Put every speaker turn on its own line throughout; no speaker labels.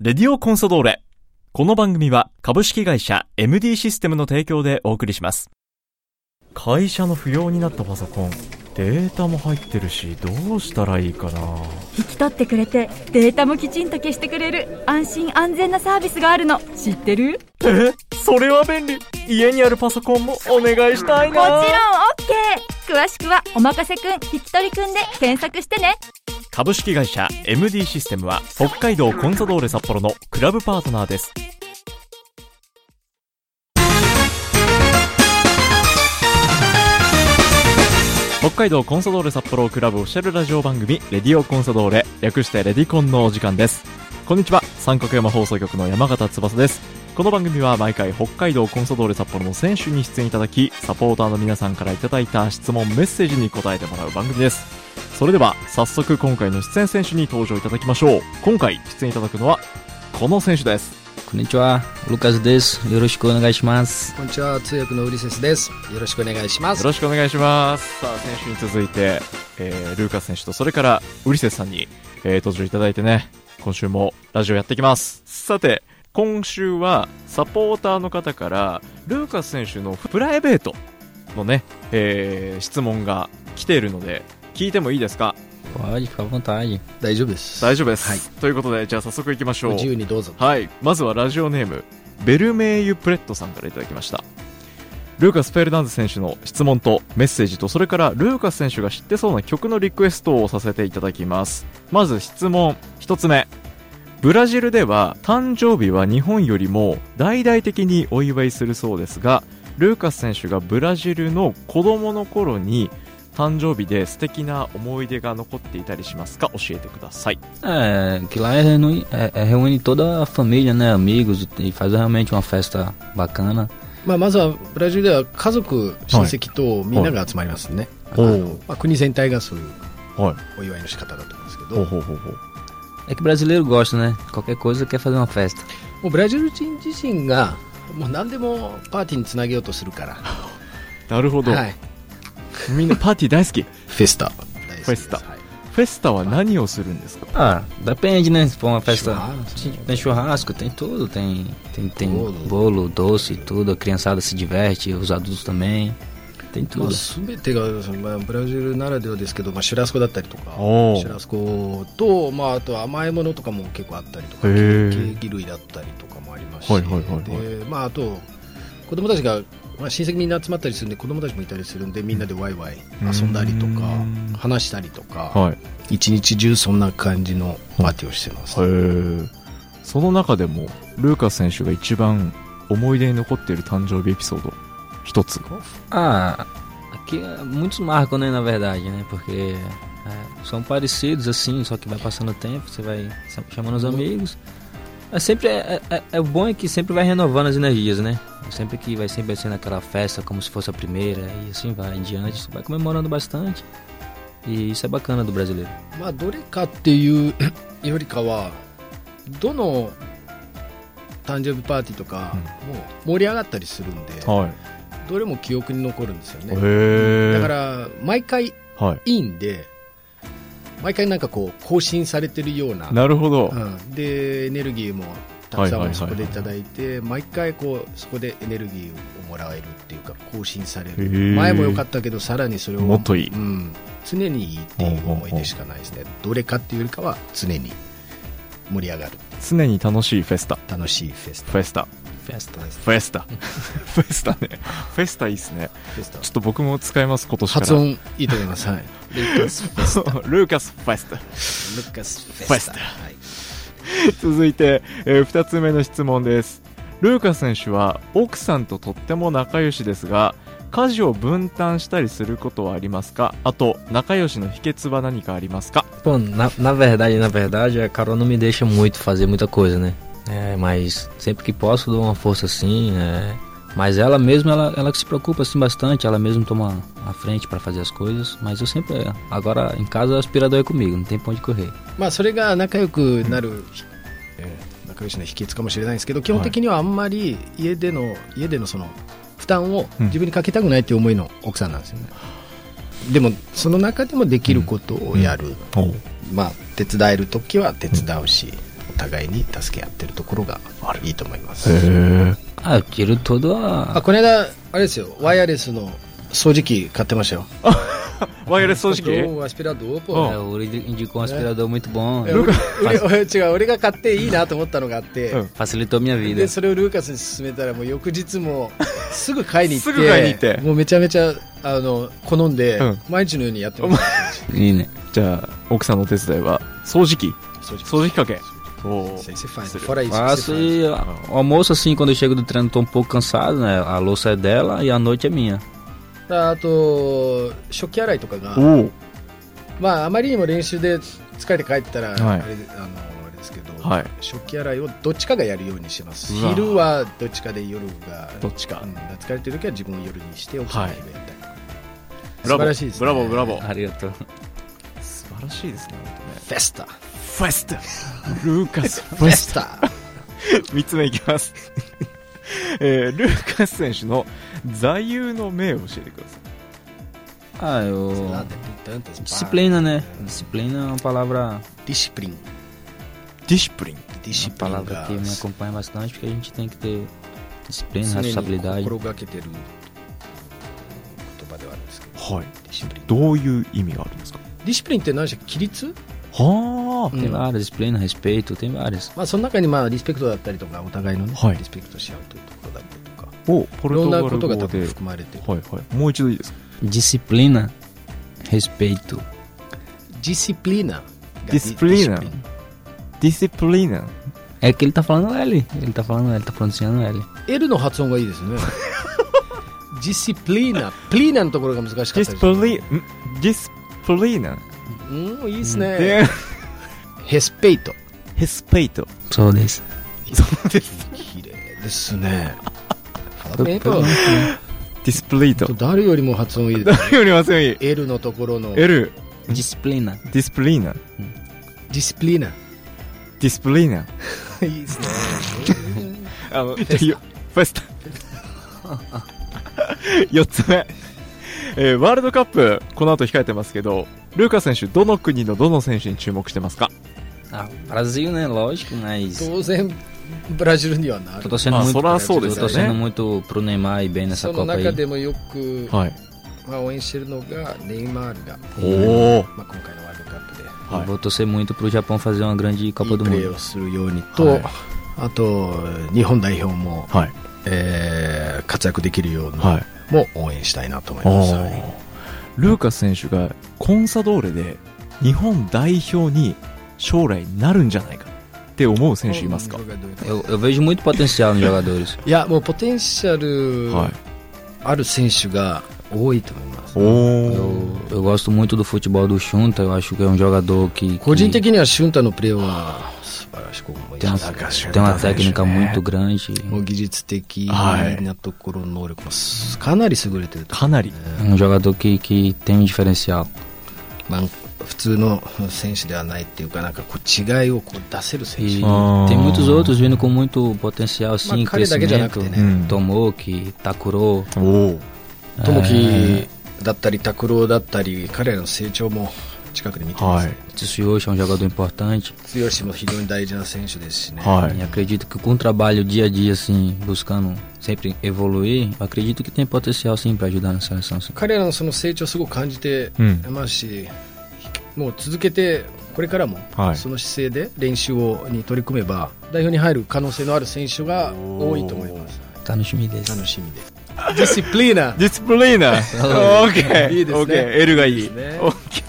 レディオコンソドーレ。この番組は株式会社 MD システムの提供でお送りします。会社の不要になったパソコン、データも入ってるし、どうしたらいいかな。
引き取ってくれてデータもきちんと消してくれる安心安全なサービスがあるの知ってる
えそれは便利家にあるパソコンもお願いしたい
もちろん OK 詳しくは「おまかせくん引き取りくん」で検索してね
株式会社 MD システムは北海道コンソドーレ札幌のクラブパートナーです。北海道コンソドーレ札幌をクラブオフィシャルラジオ番組レディオコンソドーレ略してレディコンのお時間です。こんにちは、三角山放送局の山形翼です。この番組は毎回北海道コンソドーレ札幌の選手に出演いただき、サポーターの皆さんからいただいた質問、メッセージに答えてもらう番組です。それでは早速今回の出演選手に登場いただきましょう今回出演いただくのはこの選手です
こんにちは、ルカズです。よろしくお願いします。
こんにちは通訳のウリセスですよろしくお願いしま
よ
す
ろしくお願いしますさあ選手に続いて、えールーカス選手とそれからウリセスさんに、えー登場いただいてね今週もラジオやっていきますさて今週はサポーターの方からルーカス選手のプライベートのね、えー質問が来ているので聞いてもいいですか
はい、かぼたい。
大丈夫です
大丈夫です、
はい
ということでじゃあ早速行きましょう
自由にどうぞ
はい、まずはラジオネームベルメイユ・プレットさんからいただきましたルーカス・フェルナンデス選手の質問とメッセージとそれからルーカス選手が知ってそうな曲のリクエストをさせていただきますまず質問1つ目ブラジルでは誕生日は日本よりも大々的にお祝いするそうですがルーカス選手がブラジルの子供の頃に誕生日で素敵な思い出が残っていたりしますか教えてください
É, que lá é reúne, é- é reúne toda a família, né? Amigos, e faz realmente uma festa bacana.
まあ、まずはブラジルでは家族親戚とみんなが集まりますね、
はい
あのまあ、国全体がそういう
はい
お祝いの仕方だと思うんですけど、も
ほうほうほう
É que brasileiro gosta, né? Qualquer coisa quer fazer uma festa.
うブラジル人自身がもう何でもパーティーにつなげようとするから、
なるほど、
はい、
みんなパーティー大好き。フ
フェスタ大好き
フェ
です
スタ
はい
ェスタは何をするんですか
Ah, depende, né? Se for uma festa.
Churrasco.
Sim, Tem churrasco, tem tudo. Tem, tem, tem
Bolo.
bolo, doce, tudo. A criançada se diverte, os adultos também. Tem
まあ、
tudo.
全てが、そのまあ、ブラジルならではですけど、まあ、シュラスコだったりとか
おー
シュラスコと、まあ、あと甘いものとかも結構あったりとかケ
へー
ーケーキ類だったりとかもありますし、
はいはいはい
でまあ、あと子供たちが、まあ、親戚みんな集まったりするんで子供たちもいたりするんでみんなでワイワイ遊んだりとか
うん
話したりとか
はい。
一日中そんな感じのパーティーをしてます、
へその中でも、ルーカス選手が一番思い出に残っている誕生日エピソード、一つ。
Ah, aqui é, muitos marcam, né, na verdade, né? Porque é, são parecidos, assim, só que vai passando o tempo, você vai sempre chamando os amigos. É sempre é, é, é bom é que sempre vai renovando as energias, né? Sempre que vai sempre sendo aquela festa como se fosse a primeira e assim vai em diante, você vai comemorando bastante. E isso é bacana do brasileiro.
まあ、どれかっていう よりかはどの誕生日パーティーとかもう盛り上がったりするんで、
は
どれも記憶に残るんですよ
い。
ね
へ
だから毎回い
ら、はい。
いんで毎回なんかこう更新されてるような
なるほど。
うん、でエネルギーもたくさ
はいはいはいは
ん
い
そこでいただいて毎回こうそこでエネルギーをもらえるっていうか更新される
へえ
前も良かったけどさらにそれを
もっといい
うん、常にいいっていう思い出しかないですねどれかっていうよりかは常に盛り上がる
常に楽しいフェスタ。
楽しいフェスタ
フェスタ。
Festa.
です
フェスタ。 フェスタね。フェスタいいっすね。
フェスタ
ちょっと僕も使います、今年から。
発音いいと思いますはいルッカスフェスタ
ルーカスフェスタ。
ルッカスフ
フェ
ェ
ス
ス
タ
タはい
続いて、え2つ目の質問ですルーカス選手は奥さんととっても仲良しですが家事を分担したりすることはありますかあと仲良しの秘訣は何かありますか
Bom, na, na verdade, na verdade, a Carol não me deixa muito fazer muita coisa, né? É, mas sempre que posso dou uma força assim, é. Mas ela mesma, ela, ela que se preocupa assim bastante, ela mesma toma a frente pra fazer as coisas, mas eu sempre, é, agora em casa o aspirador é comigo, não tem pra onde correr.
まあそれが仲良くなる、えー仲良しの秘訣かもしれないんですけど基本的にはあんまり家での家でのその負担を
うん
自分にかけたくないという思いの奥さんなんですよね、でもその中でもできることをやる、まあ手伝える時は手伝うし、
互いに助け合ってるところがいいと思います、
へえ
Aquilo Ah, todo a.
あこの間あれですよワイヤレスの掃除機買ってましたよ
ワイヤレス掃除機
どうアスピラドーポ
É, o Uri indicou um aspirador muito bom.
いや俺俺違う俺が買っていいなと思ったのがあって、
うん
Facilitou minha vida.
でそれをルーカスに勧めたらもう翌 日もすぐ買いに行って
すぐ買いに行って
もうめちゃめちゃあの好んで、
うん
毎日のようにやってます
E, né?
じゃあ奥さんのお手伝いは掃除機
掃
掃除機かけお
機
ー
先生ファイトファライス
Faço e a- o almoço, assim, quando eu chego do treino, tô um pouco cansado, né? A louça é dela e a noite é minha.
あと食器洗いとかが、
お
まあ、あまりにも練習で疲れて帰ったら、
はい
あれあのあれですけど、
おはい
食器洗いをどっちかがやるようにします
うわ
昼はどっちかで夜が
どっちか
うん疲れてる時は自分を夜にしておき
はい
やったりとか、素晴らしいです、ね、
ブラボーブラボーブラボ
Arigatou.
ー素晴らしいですね本当ね
フェスタ
フェスタルーカ スフ
フェスタ
3つ目いきます、 えールーカス選手の座右の銘を教えてくださ
Ah, eu. Disciplina, né? Disciplina é uma palavra,
ディシプリン
いディシプリン
ディシ
uma
プリン
palavra
が
que me acompanha bastante, porque a gente tem que ter disciplina,
常に心
responsabilidade.
がけてる言葉ではあるんですけど
はい
ディシプリン
どういう意味があるんですか
ディシプリンって何でしたっけ規律、
はあ、
Tem
ま
várias, disciplina, respeito, tem várias.
あ、その中にまあリスペクトだったりとかお互いのね、
はい
リスペクトし合うというところだったりとか
をポ
い
ル
ろ
ト
ん
ガ
な
ル
ことが
語
多分
で
含まれてる
はいはいもう一度いいですか
Disciplina, respeito.
ディシプリナが
ディスプリナ
ディシプ
ディシプリーナ
É que ele tá falando L. Ele tá falando L, tá pronunciando L.
リン L の発音がいいです ねディシプリナプリーナのところが難しかった
ディ
で
ス
す
プリんディスプリーナ
うんいいですね、
で
ヘスペイト
ヘスペイト
Sou desse.
そうです
綺麗ですね
P-
えっと
P-
ディスプリート
誰よりも発音いいです
誰よりませんいい
L のところのデ
L
Disciplina.
ディスプリーナデ
ィスプリナ
ィスプリーナ
いいですね
あの、フェ スタ。4つ目、えーワールドカップ、この後控えてますけど、ルーカ選手、どの国のどの選手に注目してますか
Ah, Brasil, né? Lógico, mas.
当然ブラジルにはな
Tô
る
torcendo
Ah,
muito.
Soraço
eu
desse,
tô
né?
torcendo muito pro Neymar e bem
そ
nessa
の
Copa
中
aí.
でもよく、
はい。
まあ、応援してるのがネイマールが、
おー。
まあ、今回のワールドカップで
はい
Vou torcer muito pro Japão fazer uma grande
い
Copa
い
do
プレー
Mundo.
をするようにと、
はい
あと日本代表も、
はい。
えー活躍できるように
はい。
も応援したいなと思い
お
ます、
ー。ルーカ選手が、コンサドーレで、日本代表に将来なるんじゃないかって思う選手いますか
Eu, eu vejo muito potencial nos jogadores.
いやもうポテンシャル
はい。
ある選手が多いと思います、
お
Eu, eu gosto muito do futebol do Junta, eu acho que é um jogador que,
個人
que
的にはシュンタのプレーは素晴らしく思い
tem
ま
uma,
す
tem uma técnica muito grande.
もう技術的
はい
なところの能力もかなり優れてると、
かなり。
É um jogador que, que tem um diferencial.
まあ、普通の選手ではないっていうかなんかこう違いをこう出せる選手
E
Ah.
tem muitos outros vindo com muito potencial, assim,
cara da
crescimento.
Guiana,
né? Hum.
Tomoki, Takuro.
おー。
友樹だったり拓郎だったり彼らの成長も近くで見てま
は
す、
い。
Tsuyoshi é um jogador importante.
剛も非常に大事な選手ですしね、
は
E
い。
acredito que com o trabalho dia a dia, assim, buscando sempre evoluir, eu acredito que tem potencial, sim, pra ajudar na seleção. Sim.
彼らのその成長をすごく感じて
うん
ますし、もう続けてこれからも
はい
その姿勢で練習をに取り組めば代表に入る可能性のある選手が多いと思います
Tá no time desse.
楽しみでディシプリーナ
ディスプレイ ナー。オッケー。
いいですね
オッケー。L がいい。
いいですね
オッケー。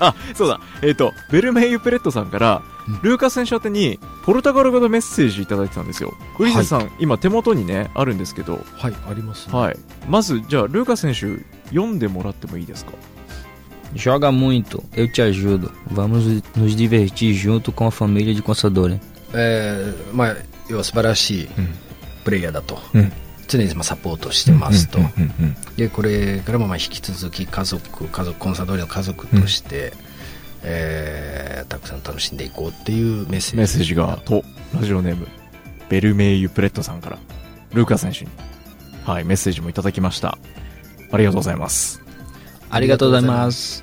あ、そうだ。えっ、と、ベルメイユペレットさんから、ルーカス選手宛てに、ポルトガル語のメッセージいただいてたんですよ。ウリゼさん、今手元にね、あるんですけど、
はいありますね
はい。まず、じゃあ、ルーカス選手、読んでもらってもいいですか
Joga muito, eu te ajudo. Vamos nos divertir junto com a família de Consadole.
えーまあ、要は素晴らしい
ん
プレイヤーだと、
うん
常にまあサポートしてますと、
うんうん。
でこれからもまあ引き続き家族家族コンサートリの家族として、えーたくさん楽しんでいこうっていうメッセージ
メッセージが、と、ラジオネーム、ベルメイユペレットさんから、ルーカス選手に、はい、メッセージもいただきました。ありがとうございます。
Arigatou gozaimasu.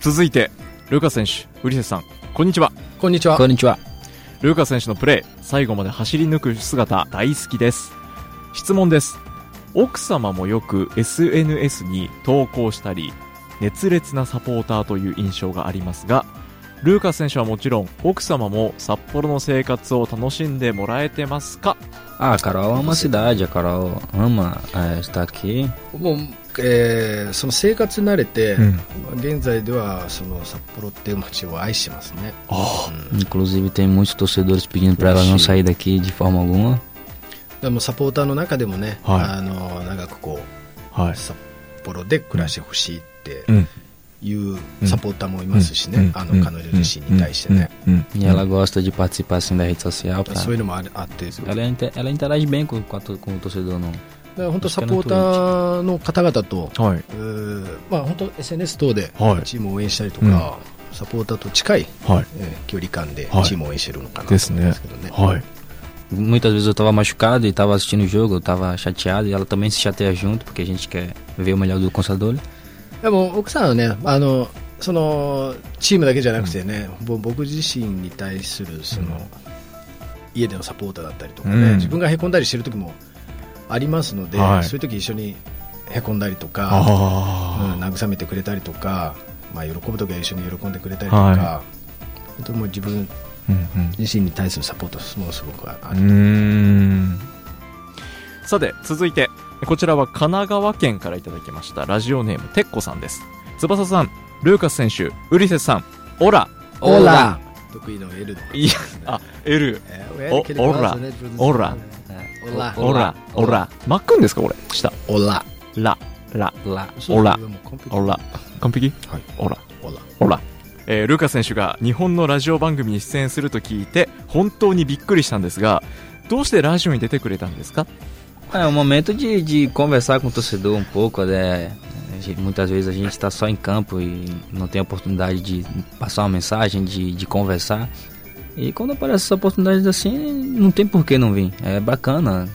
続いて、ルーカス選手、ウリセさん、こんにちは。
こんにちは
Konnichiwa.
ルーカス選手のプレー、最後まで走り抜く姿、大好きです。質問です。奥様もよく SNS に投稿したり、熱烈なサポーターという印象がありますが、ルーカス選手はもちろん、奥様も札幌の生活を楽しんでもらえてますか
Ah, a Carol ama a cidade, a Carol ama é, estar aqui.
もう、えーその生活に慣れて、
ん
現在ではその札幌っていう街を愛してますね、
Inclusive tem muitos torcedores pedindo pra ela não sair daqui de forma alguma.
でもサポーターの中でもね、
はい
あの長くこ
は
う札幌で暮らしてほしいって
うん。
いう
うん
サポーターもいますしね、
うん
あの彼女自身に対してね、。
うんうんうん
E ela gosta de participar assim da rede social. pra-
そういうのもあるあって、だか
Ela, inter- ela interage bem com, com a to- com o torcedor, não?
ら本当、サポーターの方々と、
はい。
うーまあ、本当、SNS 等で
はい
チームを応援したりとか、サポーターと近い、
はい。
えー距離感で
はい
チームを応援してるのかなと
です
思うん
ね
ですけどね。。
はい。
Muitas vezes eu tava machucado e tava assistindo o jogo, eu tava chateado e ela também se chateia junto, porque a gente quer ver o melhor do Consadole.
でも奥さんはねあのそのチームだけじゃなくてね、ぼ僕自身に対するその、家でのサポーターだったりとかね、
うん
自分がへこんだりしてる時もありますので、
はい
そういう時一緒にへこんだりとか、
あ
うん慰めてくれたりとか、まあ、喜ぶ時は一緒に喜んでくれたりとか、
は
本当にもう自分
あ。うんうん。
自身に対するサポートものすごくあ
うーんさて続いてこちらは神奈川県からいただきましたラジオネームてっこさんです翼さんルーカス選手ウリセスさんオラ
オラ得意の L の
いやあエル
え
お
ー
オラ
né,
オラ
É.
Olá.
オラオラ巻くんですかこれ下
オラ
ララ
Lá.
オラ
そうそうもう完璧
オラ完璧
はい
オラ
オラ
オラえールーカス選手が日本のラジオ番組に出演すると聞いて本当にびっくりしたんですがどうしてラジオに出てくれたんですか
É um momento de, de conversar com o torcedor um pouco, né? A gente- Muitas vezes a gente está só em campo e não tem a oportunidade de passar uma mensagem, de, de conversar. E quando aparecem essas oportunidades assim, não tem por que não vir. É bacana.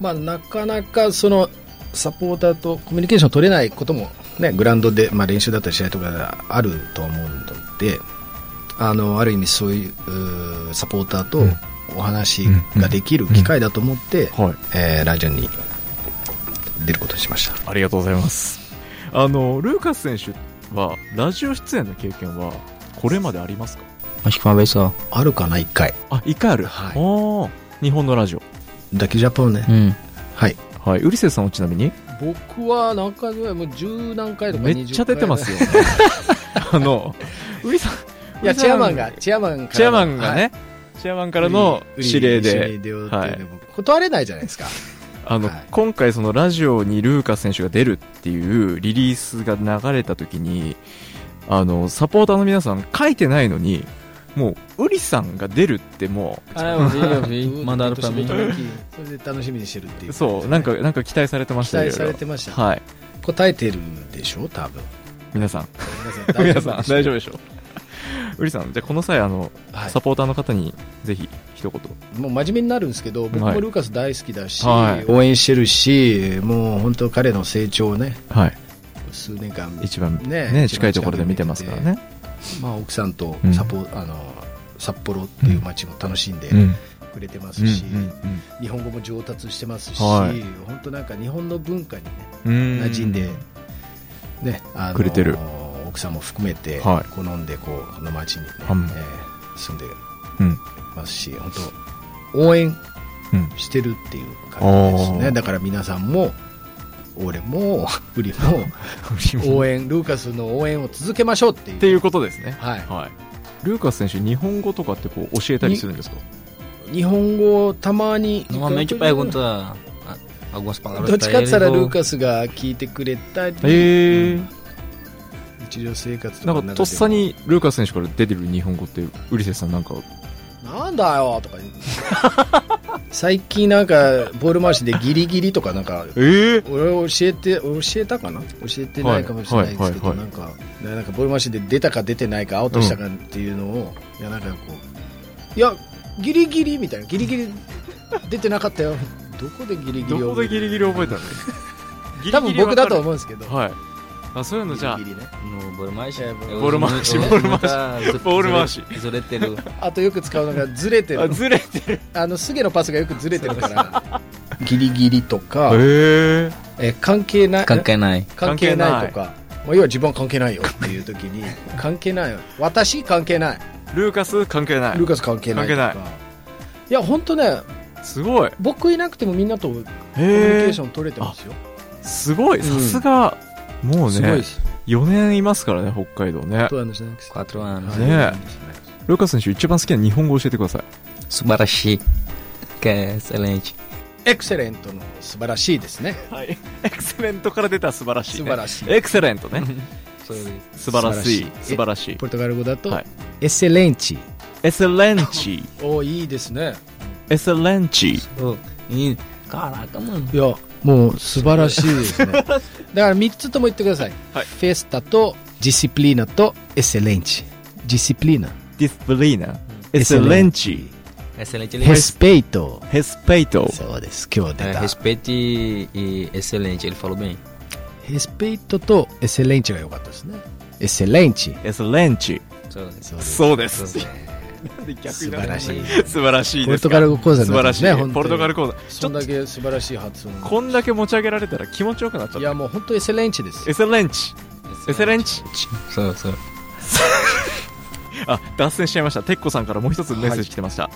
まあ、なかなかそのサポーターとコミュニケーション取れないことも、ね、グラウンドで、まあ、練習だったり試合とかであるとは思うのであのある意味そういううーサポーターとお話ができる機会だと思って、
はい
えーラジオに出ることにしました
ありがとうございます。あの、ルーカス選手は、ラジオ出演の経験は、これまでありますか
Acho que uma vez só.
あるかな1回
あ、一回ある。
はい
おー日本のラジオ。
だけジャパンね、
Hum.
はい
はい。ウリセスさんはちなみに、
僕は何回ぐらいもう十何回
めっちゃ出てますよ。 あの、ウリさん、
いや
ウリさん
チェアマンがチェアマンからの
チェアマンがね、チェアマンからの指令
売り
で
に、出ようっていうのも断れないじゃないですか
あの、
はい
今回そのラジオにルーカス選手が出るっていうリリースが流れた時に、あの、サポーターの皆さん書いてないのに、もう、ウリさんが出るっても
Ah, eu vi, eu
ずーっ
vi.
と
Mandaram pra
ずっ
mim.
とそれで楽しみにしてるっていう
う、そう、なんか、なんか期待されてまし
期
たよ
待されてました、
はい。
答えてるでしょ多分
皆さん、
皆
皆
さん
さん、
大丈夫
大丈夫でしょ う。ウリさん、じゃあこの際、あの、
はい
サポーターの方に、ぜひ、一言。
もう真面目になるんですけど僕
は
も
い
ルーカス大好きだし、
はい
応援してるしもう本当彼の成長をね
はい。
数年間、
一番、ね、
ね一
近
番
いところで見てますからね。
まあ、奥さんと
うん
サポ、あの札幌っていう街も楽しんで
うん。
くれてま
うん
すし、
うん
日本語も上達してますし、
はい
本当なんか日本の文化にね
うん。
馴染んで、ねあの
くれてる
奥さんも含めて、
はい
好んでこうこの町に、ね
うん
えー住んで
うん。
ますし本当応援
うん
してるっていう感じです
あ
ね
ー
だから皆さんも俺も ウリ も応援ルーカスの応援を続けましょうっていう
っていうことですね。
はい、
はい。ルーカス選手、日本語とかってこう、教えたりするんですか
日本語をたまに
Normalmente eu pergunto a- a- algumas
ど
palavras
っちか
pra
って言
ele.
ったらル
vou-
ーカスが聞いてくれたり
えー。
日常生活とか
な
の
ん
中
か、
で
とっさに、ルーカス選手から出てる日本語って、ウリセスさんなんか、
なんだよとか言 う最近なんかボール回しでギリギリとかなんか
ええ
俺教えて俺教えたかな教えてないかもしれないですけど、
はいはいはい
なんかなんかボール回しで出たか出てないかアウトしたかっていうのを、いやなんかこういやギリギリみたいなギリギリ出てなかったよどこでギリギリ
どこでギリギリ覚えたの
多分僕だと思うんですけど
はい。あそういうのじゃあ
ギリギリね
No bolo mais?
É, bolo-
Bolo mashi, bolo mashi, bolo mashi.
Zoreteru.
あとよく使うのがずれて
あ
る
ずれてる
あの菅のパスがよくずれてるからギリギリとか、
へえ
えー関係ない
Kankanai.
関係ないとかまあ、要は自分は関係ないよっていう時 に関係ないよ私関係ない
ルーカス関係ない
ルーカス関係ないとか
関係
いや本当ね
すごい
僕いなくてもみんなとコミュニケ
へ
ー
え
ション取れてますよ
すごいさすがもう
すごい
ね
です。
4年いますからね北海道ね
そうなんですね
Quatro anos.
ねえルーカス選手一番好きな日本語教えてください
Subarashi. Que é excelente.
エクセレントの素晴らしいですね
はいエクセレントから出た素晴らしい
素晴らしい
エクセレントね
Sou eu.
素晴らしい素
素
晴
晴
らしい
ポルトガル語だと、
はい
エセレンチ
エセレンチ
おいいですね
エセレンチ
Ô, e- Caraca, mano.
いやもう素晴らしいですねだから3つとも言ってください、
はい
フェスタとディシプリーナとエセレンチディシプリーナ
ディスプリーナエ
エ
セ
セ
レ
レ
ン
ン
チ
Excelente
ヘ
ele
スペイト
ヘスペイト
そうです今日
é,
出た、
respeito e, e excelente, ele falou bem.
ヘスペイトとエセレンチが良かったですねエセレンチ
エセレンチ
Sou eu.
そうです
そうで
Sou
す
eu.
素晴らしい
素晴らしい
ポ
で
ル
す
ト
か
ガル語講座
素
にな
晴ら
ってま
し
すね
いポルトガル
語
講座ち
そ
ょっ
ん
と
だけ素晴らしい発音
こんだけ持ち上げられたら気持ちよくなっちゃ
い
った
やもう本当エセレンチです
エセレンチエセレンチ
Sou eu, sou eu.
あ脱線しちゃいましたテッコさんからもう一つメッセージ来てました、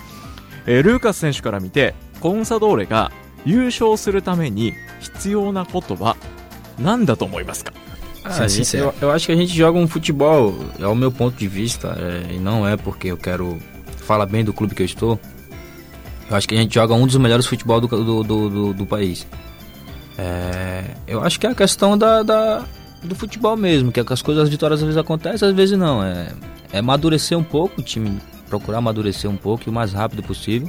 えールーカス選手から見てコンサドーレが優勝するために必要なことは何だと思いますか
Ah,
Sim,
a gente-
sincero.
eu, eu acho que a gente joga um futebol, é o meu ponto de vista, é, e não é porque eu quero falar bem do clube que eu estou. Eu acho que a gente joga um dos melhores futebol do, ca- do, do, do- do país. É, eu acho que é a questão da, da- do futebol mesmo, que as coisas, as vitórias às vezes acontecem, às vezes não. É, é amadurecer um pouco o time, procurar amadurecer um pouco e o mais rápido possível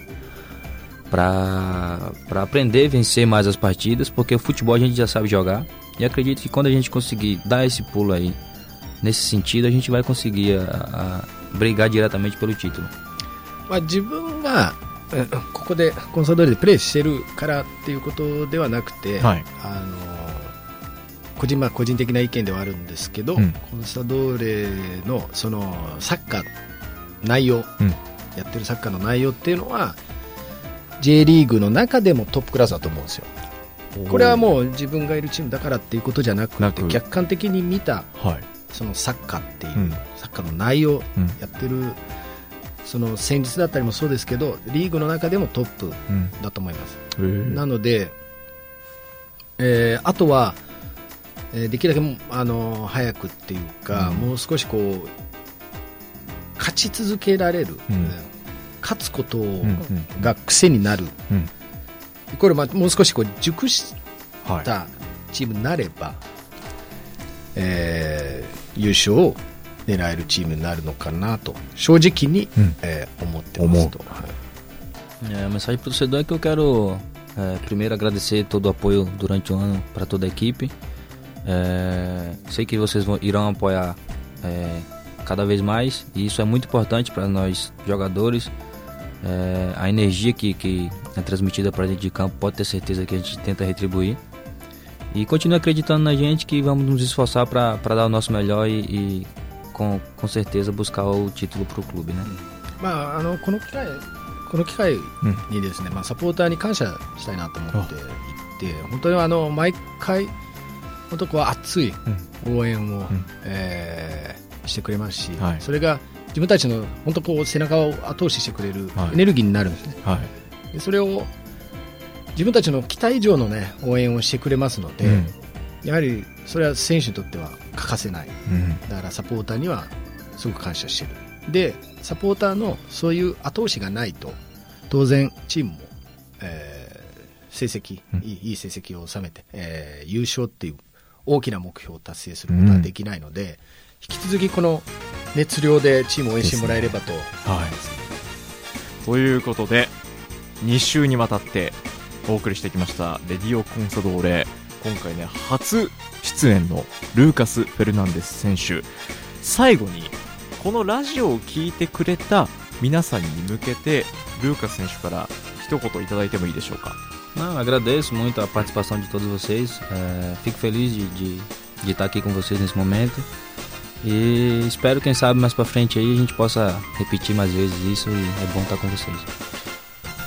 para aprender a vencer mais as partidas, porque o futebol a gente já sabe jogar. E acredito que quando a gente conseguir dar esse pulo aí, nesse sentido, a gente vai conseguir a- a brigar diretamente pelo título.
まあ、自分はえここでコンサドーレでプレーしてるからっていうことではなくて、
はい
あの個人まあ個人的な意見ではあるんですけど、
うん
コンサドーレのそのサッカー内容、
うん
やってるサッカーの内容っていうのは J リーグの中でもトップクラスだと思うんですよ。これはもう自分がいるチームだからっていうことじゃなくて
なく
客観的に見た
はい
そのサッカーっていう、
うん
サッカーの内容
うん
やってる、その戦術だったりもそうですけどリーグの中でもトップ
うん
だと思います、
えー
なので、えーあとは、えーできるだけ、あのー早くっていうか、
うん
もう少しこう勝ち続けられる、
うん
勝つことを、
うんうん
が癖になる、
うん
これ、まあ、もう少しこう熟し
は
ったチームになれば、えー優勝を狙えるチームになるのかなと正直に、
うん
えー思ってますと、はい
É, a mensagem para o torcedor é que eu quero é, primeiro agradecer todo o apoio durante o ano para toda a equipe. É, sei que vocês vão, irão apoiar é, cada vez mais e isso é muito importante para nós jogadores. É, a energia que, que é transmitida para dentro de campo pode ter certeza que a gente tenta retribuir. E continue acreditando na gente que vamos nos esforçar para dar o nosso melhor e, e com, com certeza buscar o título para o clube. Né?
まあ、あのこの機会この機会にですね、まあ、サポーターに感謝したいなと思っていて本当にあの毎回本当こう熱い応援を、
ん
えーしてくれますし、
はい
それが自分たちの本当こう背中を後押ししてくれる
はい
エネルギーになるんですね。
はい
でそれを自分たちの期待以上の、ね、応援をしてくれますので、
うん
やはりそれは選手にとっては欠かせない
うん
だからサポーターにはすごく感謝してるでサポーターのそういう後押しがないと当然チームも、えー成績、
うん
いいいい成績を収めて、えー優勝っていう大きな目標を達成することはできないので、引き続きこの熱量でチームを応援してもらえればと、
はい。ということで、2週にわたってお送りしてきました、レディオコンサドーレ。今回ね、初出演のルーカス・フェルナンデス選手。最後に、このラジオを聞いてくれた皆さんに向けて、ルーカス選手から一言いただいてもいいでしょうか。
Não, agradeço muito a participação de todos vocês. é, fico feliz de, de, de estar aqui com vocês nesse momento. E espero, quem sabe, mais pra frente aí a gente possa repetir mais vezes isso e é bom estar com vocês.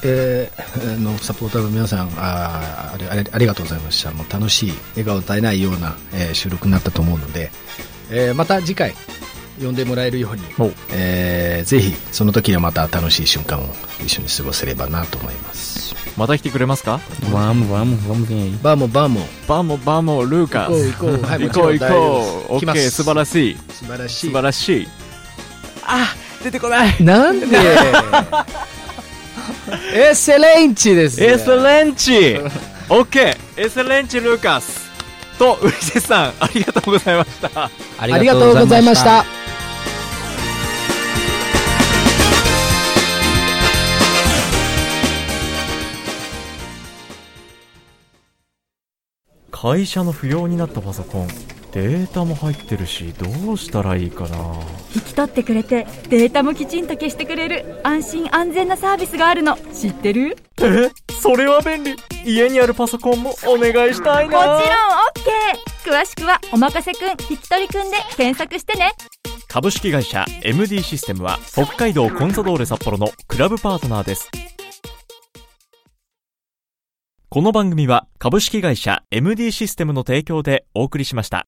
えーあのサポーターの皆さんあーあれあれありがとうございましたもう楽しい笑顔絶えないような、えー収録になったと思うので、えーまた次回呼んでもらえるように、
お
えーぜひその時はまた楽しい瞬間を一緒に過ごせればなと思います
また来てくれますか
Vamos, vamos, vamos vir aí.
バーモバーモ
Vamos, vamos, Lucas!
行こう行こうはい
行こう行こう
もちろん大丈夫です来ま
OK
す
素晴らしい
素晴らし
素
い
晴らしいあ出てこない
なんでエセレンチです
エセレンチ OK エセレンチルーカスとウリセさんありがとうございました
ありがとうございました
会社の不要になったパソコンデータも入ってるしどうしたらいいかな
引き取ってくれてデータもきちんと消してくれる安心安全なサービスがあるの知ってる
えそれは便利家にあるパソコンもお願いしたい
もちろん
な
OK 詳しくは「おまかせくん引き取りくん」で検索してね
株式会社 MD システムは北海道コンサドーレ札幌のクラブパートナーですこの番組は株式会社 MD システムの提供でお送りしました